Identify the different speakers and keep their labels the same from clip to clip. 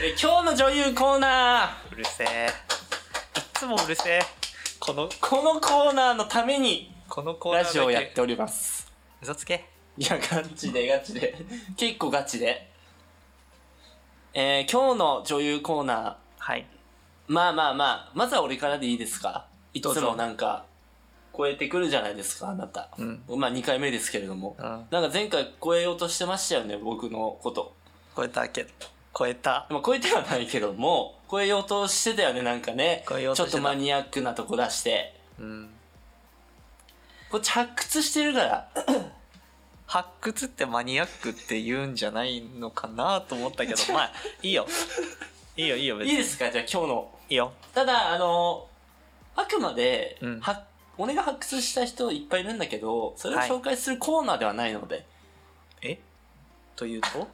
Speaker 1: え今日の女優コーナ
Speaker 2: うるせえいっつもうるせえこの
Speaker 1: ーこのコーナーのために
Speaker 2: このコーナー
Speaker 1: ラ
Speaker 2: だ
Speaker 1: ジ
Speaker 2: け
Speaker 1: オをやっております
Speaker 2: 嘘つけ
Speaker 1: いやガチでガチで結構ガチでえー、今日の女優コーナ
Speaker 2: はい
Speaker 1: ーまあまあまあまずは俺からでいいですかい
Speaker 2: どう
Speaker 1: つ
Speaker 2: ぞ
Speaker 1: もなんか超えてくるじゃないですかあなた、
Speaker 2: うん
Speaker 1: まあ2回目ですけれども、
Speaker 2: うん
Speaker 1: なんか前回超えようとしてましたよね僕のこと
Speaker 2: 超えたけど超えた
Speaker 1: まあ、超えてはないけども超えようとしてたよねなんかね
Speaker 2: 超えよう
Speaker 1: ち
Speaker 2: と
Speaker 1: ょ
Speaker 2: し
Speaker 1: って
Speaker 2: た
Speaker 1: とマニアックなとこ出して
Speaker 2: うん
Speaker 1: こっち発掘してるから
Speaker 2: 発掘ってマニアックって言うんじゃないのかなと思ったけ どまあいいよいいよいいよ別
Speaker 1: いい
Speaker 2: に
Speaker 1: ですかじゃあ今日の
Speaker 2: いいよ
Speaker 1: ただあのあくまで、
Speaker 2: うん
Speaker 1: は俺が発掘した人いっぱいいるんだけどそれを
Speaker 2: はい
Speaker 1: 紹介するコーナーではないので、
Speaker 2: えというと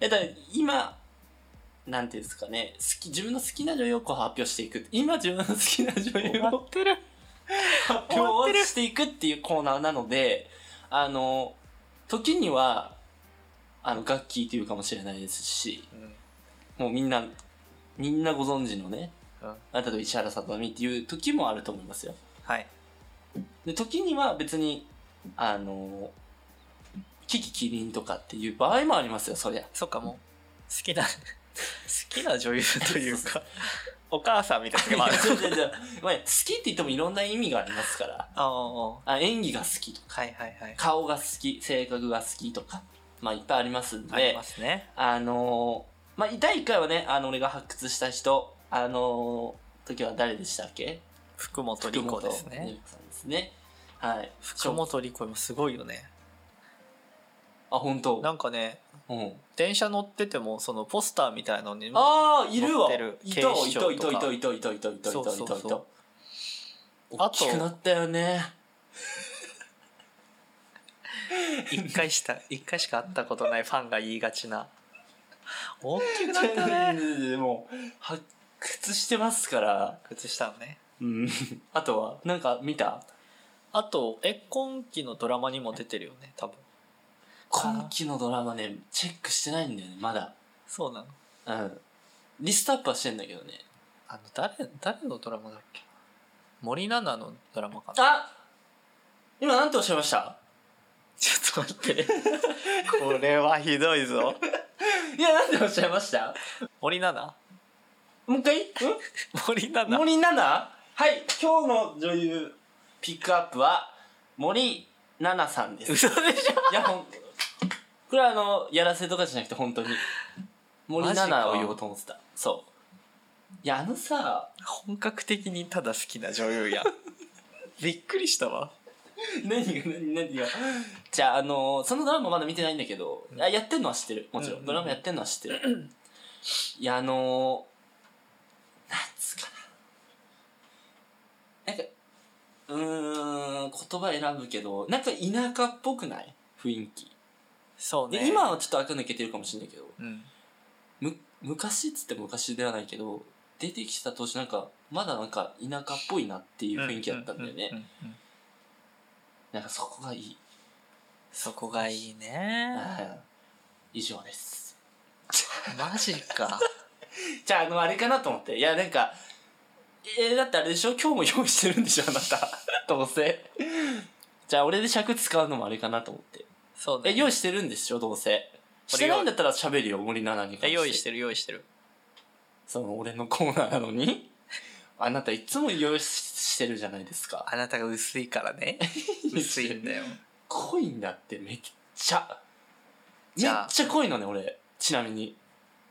Speaker 1: えだから今なんていうんですかね好き自分の好きな女優をこう発表していく今自分の好きな女優を
Speaker 2: てる
Speaker 1: 発表をしていくっていうコーナーなので、あの、時には、あの、ガッキーというかもしれないですし、
Speaker 2: うん
Speaker 1: もうみんな、みんなご存知のね、
Speaker 2: うん
Speaker 1: あなたと石原さとみっていう時もあると思いますよ。
Speaker 2: はい
Speaker 1: で、時には別に、あの、キキキリンとかっていう場合もありますよ、そりゃ。
Speaker 2: そっかもう好きな好きな女優と いうかお母さんみたい
Speaker 1: ま
Speaker 2: なのがあ
Speaker 1: あ、
Speaker 2: る
Speaker 1: そうそうそうまあ好きって言ってもいろんな意味がありますから、
Speaker 2: ああ
Speaker 1: あ演技が好きとか、
Speaker 2: はいはいはい
Speaker 1: 顔が好き、性格が好きとか、まあいっぱいありますんで、
Speaker 2: ありますね
Speaker 1: あのー、まあ、第1回はね、あの、俺が発掘した人、あのー、時は誰でしたっけ
Speaker 2: 福本莉子ですね。
Speaker 1: 福本莉子さんですね。はい。
Speaker 2: 福本莉子もすごいよね
Speaker 1: あ、本当
Speaker 2: なんかね
Speaker 1: うん。
Speaker 2: 電車乗っててもそのポスターみたいなのに
Speaker 1: ああ、いる
Speaker 2: 持っ
Speaker 1: わ
Speaker 2: てる
Speaker 1: い
Speaker 2: 警
Speaker 1: たわ
Speaker 2: 視
Speaker 1: いたわ
Speaker 2: 庁
Speaker 1: い
Speaker 2: と
Speaker 1: た
Speaker 2: か
Speaker 1: わいたわいたわいたわいたわいたわいたわいたわいた
Speaker 2: そうそうそう
Speaker 1: 大きくなったよね。
Speaker 2: 一回した一回しか会ったことないファンが言いがちな大きくなったね
Speaker 1: でもう、発掘してますから。
Speaker 2: 靴下のね
Speaker 1: うん。あとは、なんか見た
Speaker 2: あとえ今期のドラマにも出てるよね多分
Speaker 1: 今期のドラマね、チェックしてないんだよね、まだ。
Speaker 2: そうなの
Speaker 1: うん。リストアップはしてんだけどね。
Speaker 2: あの誰誰のドラマだっけ森七菜のドラマかな
Speaker 1: あ今なんておっしゃいました
Speaker 2: ちょっと待って これはひどいぞ
Speaker 1: いや、なんておっしゃいました
Speaker 2: 森七菜
Speaker 1: もう一回
Speaker 2: 森七
Speaker 1: ん
Speaker 2: 菜
Speaker 1: 森七菜はい、今日の女優ピックアップは森七菜さんです。い
Speaker 2: 嘘でしょ
Speaker 1: や、ほん、これはあの、やらせとかじゃなくて本当に。森七菜を言おうと思ってた。そう。いや、あのさ、
Speaker 2: 本格的にただ好きな女優 やびっくりしたわ
Speaker 1: 何が何何が。じゃあ、あの、そのドラマまだ見てないんだけど、あやってんのは知ってる。もちろ。
Speaker 2: うんうんん
Speaker 1: ドラマやってんのは知ってる。 いや、あの、なんつうかな。なんか、うーん、言葉選ぶけど、なんか田舎っぽくない雰囲気。
Speaker 2: そうね
Speaker 1: で、今はちょっと垢抜けてるかもしれないけど、
Speaker 2: うん
Speaker 1: む、昔っつっても昔ではないけど、出てきた当時なんか、まだなんか田舎っぽいなっていう雰囲気だったんだよ
Speaker 2: う
Speaker 1: ね。
Speaker 2: ううんうん
Speaker 1: なんかそこがいい。
Speaker 2: そこがいいね
Speaker 1: はい以上です。
Speaker 2: マジか
Speaker 1: じゃあ、あの、あれかなと思って。いや、なんか、えー、だってあれでしょ今日も用意してるんでしょあなた。 どうせ。じゃあ、俺で尺使うのもあれかなと思って。
Speaker 2: そうね
Speaker 1: え、用意してるんでしょどうせ。してないんだったら喋るよ、森七菜に関して。
Speaker 2: え用意してる用意してる
Speaker 1: その、俺のコーナーなのに。あなたいつも用意ししてるじゃないですか。
Speaker 2: あなたが薄いからね 薄いんだよ
Speaker 1: 濃いんだって、めっちゃ。め
Speaker 2: じ
Speaker 1: っ
Speaker 2: ゃあ
Speaker 1: ちゃ濃いのね、俺。ちなみに。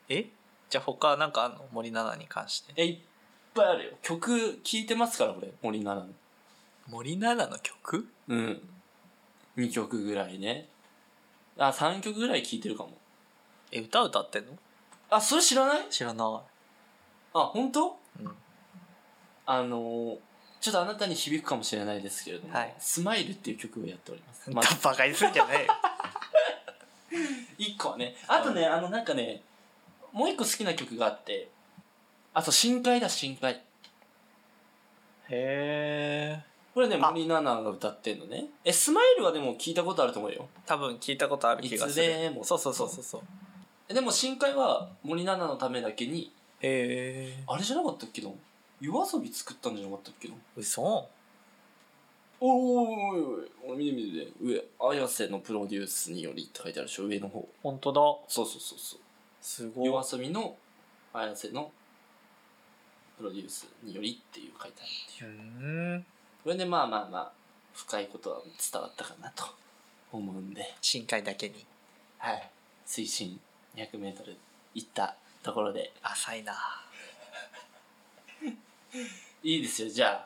Speaker 2: えじゃあ他なんかあんの森七菜に関して
Speaker 1: え、いっぱいあるよ。曲聴いてますから、俺、森七菜の。
Speaker 2: 森七菜の曲
Speaker 1: うん。2曲ぐらいね。あ、3曲ぐらい聴いてるかも。
Speaker 2: え歌歌ってんの
Speaker 1: あ、それ知らない
Speaker 2: 知らな
Speaker 1: あ、本当
Speaker 2: い、うん、
Speaker 1: あのー、ちょっとあなたに響くかもしれないですけれども、
Speaker 2: はい
Speaker 1: スマイルっていう曲をやっております。ま
Speaker 2: ま
Speaker 1: あ、
Speaker 2: たバカにすんじゃねえよ
Speaker 1: 1個はね。あとね、あの、なんかね、もう1個好きな曲があって、あ、そう、深海だ、深海。
Speaker 2: へえ
Speaker 1: これね、
Speaker 2: あ
Speaker 1: 森七菜が歌ってんのね。え、スマイルはでも聞いたことあると思うよ。
Speaker 2: 多分聞いたことある気がする
Speaker 1: いつでも
Speaker 2: そうそうそうそうそう
Speaker 1: えでも深海は森七菜のためだけに
Speaker 2: ええ
Speaker 1: あれじゃなかったっけな夜遊び作ったんじゃなかったっけな
Speaker 2: 嘘
Speaker 1: おいおいおいおいおい見て見て見て上綾瀬のプロデュースによりって書いてあるでしょ上の方
Speaker 2: 本当だ
Speaker 1: そうそうそうそう
Speaker 2: すごい
Speaker 1: 夜遊びの綾瀬のプロデュースによりっていう書いてあるっていう
Speaker 2: うーん
Speaker 1: これでまあまあまあ深いことは伝わったかなと思うんで
Speaker 2: 深海だけに
Speaker 1: はい水深 200m 行ったところで
Speaker 2: 浅いない
Speaker 1: いですよじゃあ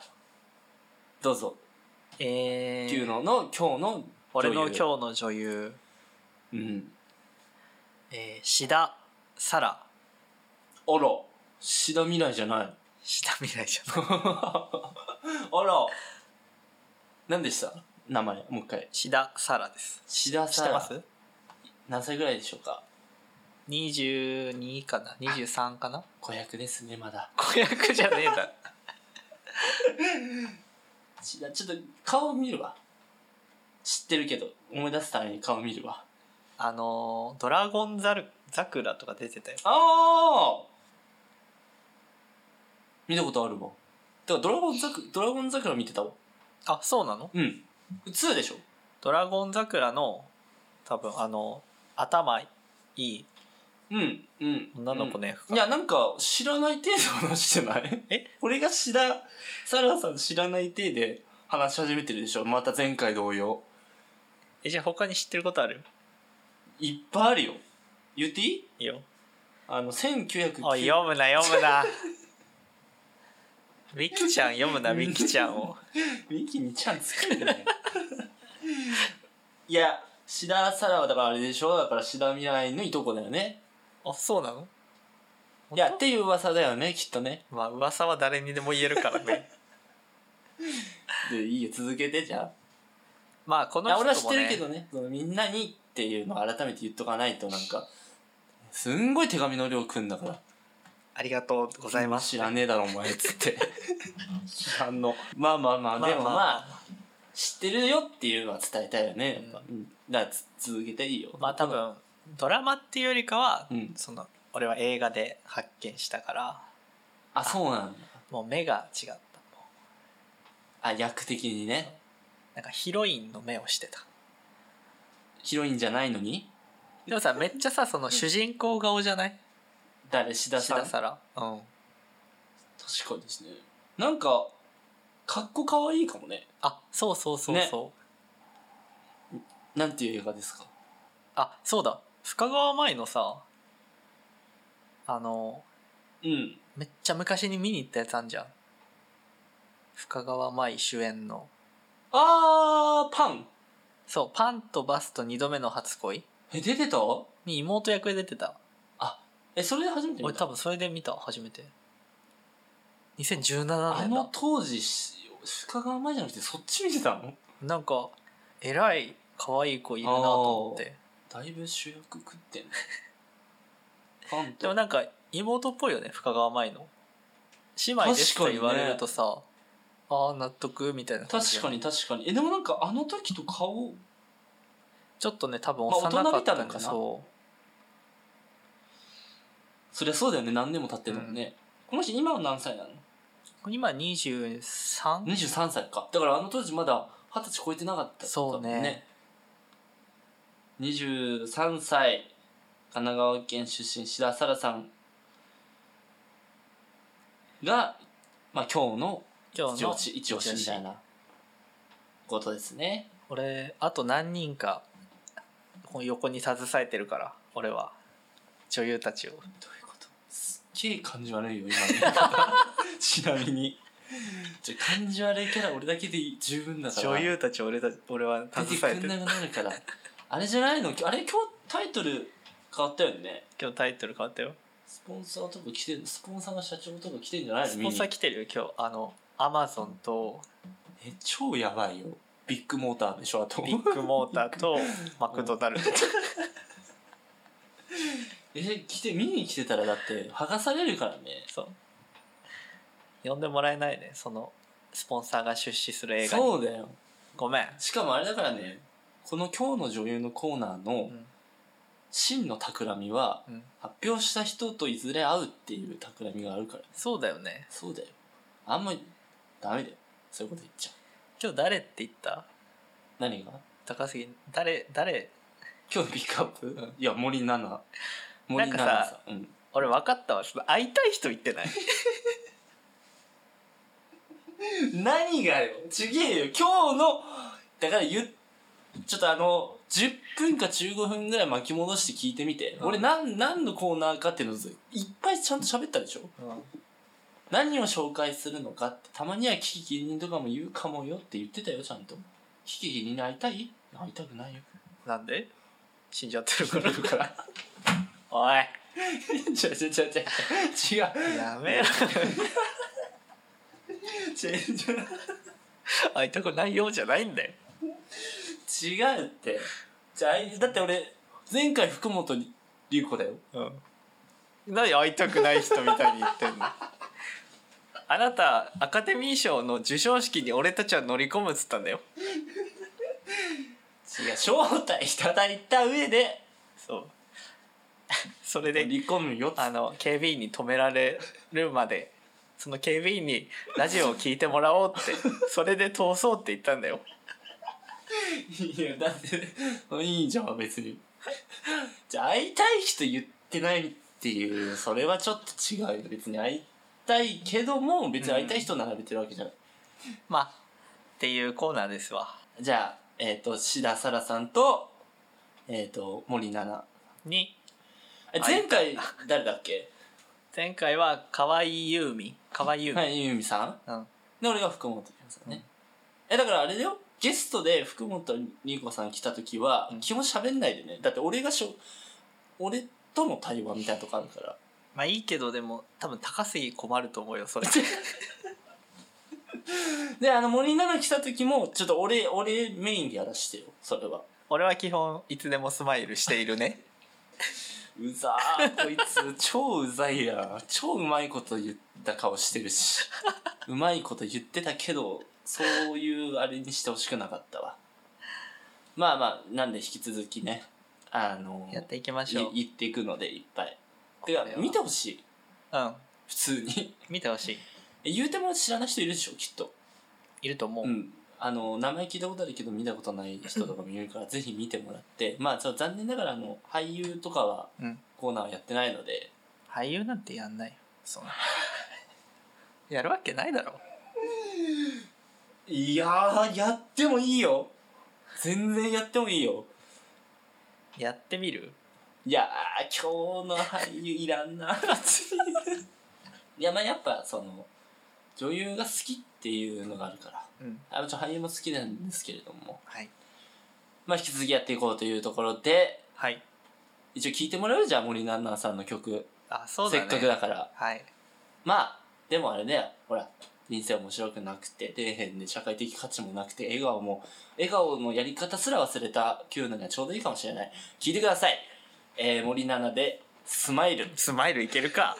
Speaker 1: どうぞ
Speaker 2: ええ
Speaker 1: 九のの今日の
Speaker 2: 俺の
Speaker 1: 日
Speaker 2: 今日の女優
Speaker 1: うん
Speaker 2: えー、志田沙羅
Speaker 1: あら志田未来じゃない
Speaker 2: 志田未来じゃない
Speaker 1: あら何でした名前もう一回
Speaker 2: 志田沙羅です
Speaker 1: 志田
Speaker 2: 知っ
Speaker 1: さ
Speaker 2: て
Speaker 1: ん
Speaker 2: ます
Speaker 1: 何歳ぐらいでしょうか
Speaker 2: 22かな23かな
Speaker 1: 子役ですねまだ
Speaker 2: 子役じゃねえ だ
Speaker 1: 志田ちょっと顔見るわ知ってるけど思い出すために顔見るわ
Speaker 2: あのードラゴンザル桜とか出てたよ
Speaker 1: ああ見たことあるわだからドラゴンザクドラゴン桜見てたわ
Speaker 2: あそうなの
Speaker 1: うん2でしょ
Speaker 2: ドラゴン桜の多分あの頭いい
Speaker 1: うんうん
Speaker 2: 女の子ね、
Speaker 1: いや、なんか、知らない程度話してない
Speaker 2: え
Speaker 1: 俺が知ら、サラさん知らない体で話し始めてるでしょまた前回同様。
Speaker 2: えじゃあ他に知ってることある
Speaker 1: いっぱいあるよ。言っていい
Speaker 2: いいよ
Speaker 1: あの、1990
Speaker 2: おい読むな読む なミキちゃん読むなミキちゃんを
Speaker 1: ミキにちゃんつけるね。 いや、シダサラはだからあれでしょだからシダ未来のいとこだよね。
Speaker 2: あそうなの
Speaker 1: いや、っていう噂だよね、きっとね。
Speaker 2: まあ噂は誰にでも言えるから ね
Speaker 1: で、いいよ、続けて、じゃあ。
Speaker 2: まあこ
Speaker 1: い
Speaker 2: の
Speaker 1: や
Speaker 2: 人も、
Speaker 1: 俺
Speaker 2: ね、
Speaker 1: は知ってるけどねそのみんなにっていうのを改めて言っとかないとなんかすんごい手紙の量くんだから
Speaker 2: ありがとうございます
Speaker 1: 知らねえだろお前っつって 批判のまあまあまあ、でもまあ知ってるよっていうのは伝えたいよねやっぱ、うんだからつ続けていいよ
Speaker 2: まあ多分ドラマっていうよりかは、
Speaker 1: うん
Speaker 2: その俺は映画で発見したから
Speaker 1: あそうなんだ
Speaker 2: もう目が違ったもう
Speaker 1: あ役的にね
Speaker 2: なんかヒロインの目をしてた
Speaker 1: ヒロインじゃないのに
Speaker 2: でもさめっちゃさその主人公顔じゃない
Speaker 1: 誰志田
Speaker 2: 志
Speaker 1: さん
Speaker 2: 田さらうん
Speaker 1: 確かにですねなんかかっこかわいいかもね
Speaker 2: あそうそうそうそう、
Speaker 1: なんていう映画ですか
Speaker 2: あそうだ深川舞のさあの
Speaker 1: うん
Speaker 2: めっちゃ昔に見に行ったやつあんじゃん深川舞主演の
Speaker 1: あーパン
Speaker 2: そう「パンとバスと2度目の初恋
Speaker 1: え出てた」
Speaker 2: に妹役で出てた
Speaker 1: えそれで初めて見
Speaker 2: 俺
Speaker 1: た
Speaker 2: 多分それで見た初めて2017
Speaker 1: あ
Speaker 2: 年だ
Speaker 1: の当時し鹿が甘いじゃなくてそっち見てたの
Speaker 2: なんか偉い可愛い子いるなと思って
Speaker 1: だいぶ主役食ってん のファン
Speaker 2: でも
Speaker 1: と
Speaker 2: なんか妹っぽいよね深川舞の姉妹ですと
Speaker 1: 確かにね
Speaker 2: 言われるとさ、ああ納得みたいな感じ
Speaker 1: 確かに確かにえでもなんかあの時と顔
Speaker 2: ちょっとね多分
Speaker 1: まあ
Speaker 2: 幼かった
Speaker 1: 大人びたの
Speaker 2: ん
Speaker 1: か
Speaker 2: だ
Speaker 1: な
Speaker 2: そう
Speaker 1: そりゃそうだよね何年も経ってるもんね、この人今は何歳なの
Speaker 2: 今 23?
Speaker 1: 23歳かだからあの当時まだ二十歳超えてなかったってことだもん23歳神奈川県出身志田沙羅さんが、まあ、今日の
Speaker 2: 今日
Speaker 1: 一
Speaker 2: の
Speaker 1: 押し一押しみたいなことですね
Speaker 2: 俺あと何人かこの横に携えてるから俺は女優たちを
Speaker 1: どういうことすっげえ感じ悪いよ今のちなみにじゃ感じ悪いキャラ俺だけで十分だから
Speaker 2: 女優たちを俺た俺は
Speaker 1: 出
Speaker 2: 携
Speaker 1: てく
Speaker 2: え
Speaker 1: ん
Speaker 2: て
Speaker 1: な
Speaker 2: る
Speaker 1: くなるからあれじゃないのあれ今日タイトル変わったよね
Speaker 2: 今日タイトル変わったよ
Speaker 1: スポンサーとか来てんスポンサーの社長とか来てんじゃないの
Speaker 2: スポンサー
Speaker 1: 見に
Speaker 2: 来てるよ今日あのアマゾン と
Speaker 1: え超やばいよビッグモーターでしょあと
Speaker 2: ビッグモーターとマクドナルド
Speaker 1: え来て見に来てたらだって剥がされるからね
Speaker 2: そう呼んでもらえないねそのスポンサーが出資する映画に
Speaker 1: そうだよ
Speaker 2: ごめん、
Speaker 1: しかもあれだからねこの今日の女優のコーナーの
Speaker 2: うん
Speaker 1: 真の企みは
Speaker 2: うん
Speaker 1: 発表した人といずれ会うっていう企みがあるから
Speaker 2: そうだよね
Speaker 1: そうだよあんまりダメだよそういうこと言っちゃ
Speaker 2: 今日誰って言った
Speaker 1: う何が
Speaker 2: 高杉誰誰
Speaker 1: 今日のピックアップ、
Speaker 2: ん
Speaker 1: いや森七菜森七菜
Speaker 2: なんか
Speaker 1: さん、うん、
Speaker 2: 俺分かったわちょっと会いたい人言ってない
Speaker 1: 何がよちげえよ今日のだからゆちょっとあの10分か15分ぐらい巻き戻して聞いてみて、
Speaker 2: うん
Speaker 1: 俺なん何のコーナーかっていうのずいっぱいちゃんと喋ったでしょ何を紹介するのかってたまには危機芸人とかも言うかもよって言ってたよちゃんと危機芸人に会いたい会いたくないよ
Speaker 2: なんで死んじゃってるからおい
Speaker 1: 違う違う違う違う違う
Speaker 2: やめろ
Speaker 1: 違う違う
Speaker 2: 会いたくないようじゃないんだよ
Speaker 1: 違うってじゃああいだって俺前回福本龍子だよ
Speaker 2: うん、何会いたくない人みたいに言ってん のあなたアカデミー賞の授賞式に俺たちは乗り込むっつったんだよ
Speaker 1: 違う招待いただいた上で
Speaker 2: そう それで
Speaker 1: 離婚むよっつ
Speaker 2: あの警備員に止められるまでその警備員にラジオを聞いてもらおうってそれで通そうって言ったんだよ
Speaker 1: いやだっていいじゃん別にじゃあ会いたい人言ってないっていうそれはちょっと違うよ別に会いたいけども別に会いたい人並べてるわけじゃない、
Speaker 2: まあっていうコーナーですわ
Speaker 1: じゃあえっ、と志田沙羅さんとえっ、と森七菜
Speaker 2: に
Speaker 1: え前回誰だっけ
Speaker 2: 前回は河合優美河合優美、
Speaker 1: はいゆみさん
Speaker 2: うん、
Speaker 1: で俺が福本龍子さんね、えだからあれだよゲストで福本龍子さん来た時は、
Speaker 2: うん
Speaker 1: 基本喋んないでねだって俺がしょ俺との対話みたいなとこあるから
Speaker 2: まあいいけどでも多分高杉困ると思うよそれ
Speaker 1: であの森七菜来た時もちょっと俺俺メインでやらしてよそれは
Speaker 2: 俺は基本いつでもスマイルしてい るね
Speaker 1: うざーこい つ超うざいやん超うまいこと言った顔してるしうまいこと言ってたけどそういうあれにしてほしくなかったわまあまあなんで引き続きねあの
Speaker 2: やっていきましょう
Speaker 1: い行っていくのでいっぱいてか
Speaker 2: これは
Speaker 1: 見てほしい
Speaker 2: うん
Speaker 1: 普通に
Speaker 2: 見てほしい
Speaker 1: 言うても知らない人いるでしょきっと
Speaker 2: いると思う、
Speaker 1: うんあの名前聞いたことあるけど見たことない人とかもいるからぜひ見てもらってまあちょっと残念ながらあの俳優とかは
Speaker 2: うん
Speaker 1: コーナーはやってないので
Speaker 2: 俳優なんてやんないよそんな やるわけないだろ
Speaker 1: いやーやってもいいよ全然やってもいいよ
Speaker 2: やってみる
Speaker 1: いやー今日の俳優いらんな いやまあやっぱその女優が好きっていうのがあるから
Speaker 2: うん
Speaker 1: あのちょ俳優も好きなんですけれども
Speaker 2: はい
Speaker 1: まあ引き続きやっていこうというところで
Speaker 2: はい
Speaker 1: 一応聞いてもらうじゃあ森七菜さんの曲、
Speaker 2: あそうだ
Speaker 1: せ
Speaker 2: ね
Speaker 1: っかくだから
Speaker 2: はい
Speaker 1: まあでもあれだよほら人生面白くなくて底辺で社会的価値もなくて笑顔も笑顔のやり方すら忘れた9のにはちょうどいいかもしれない聞いてください、えー、森七菜で「スマイル
Speaker 2: スマイルいけるか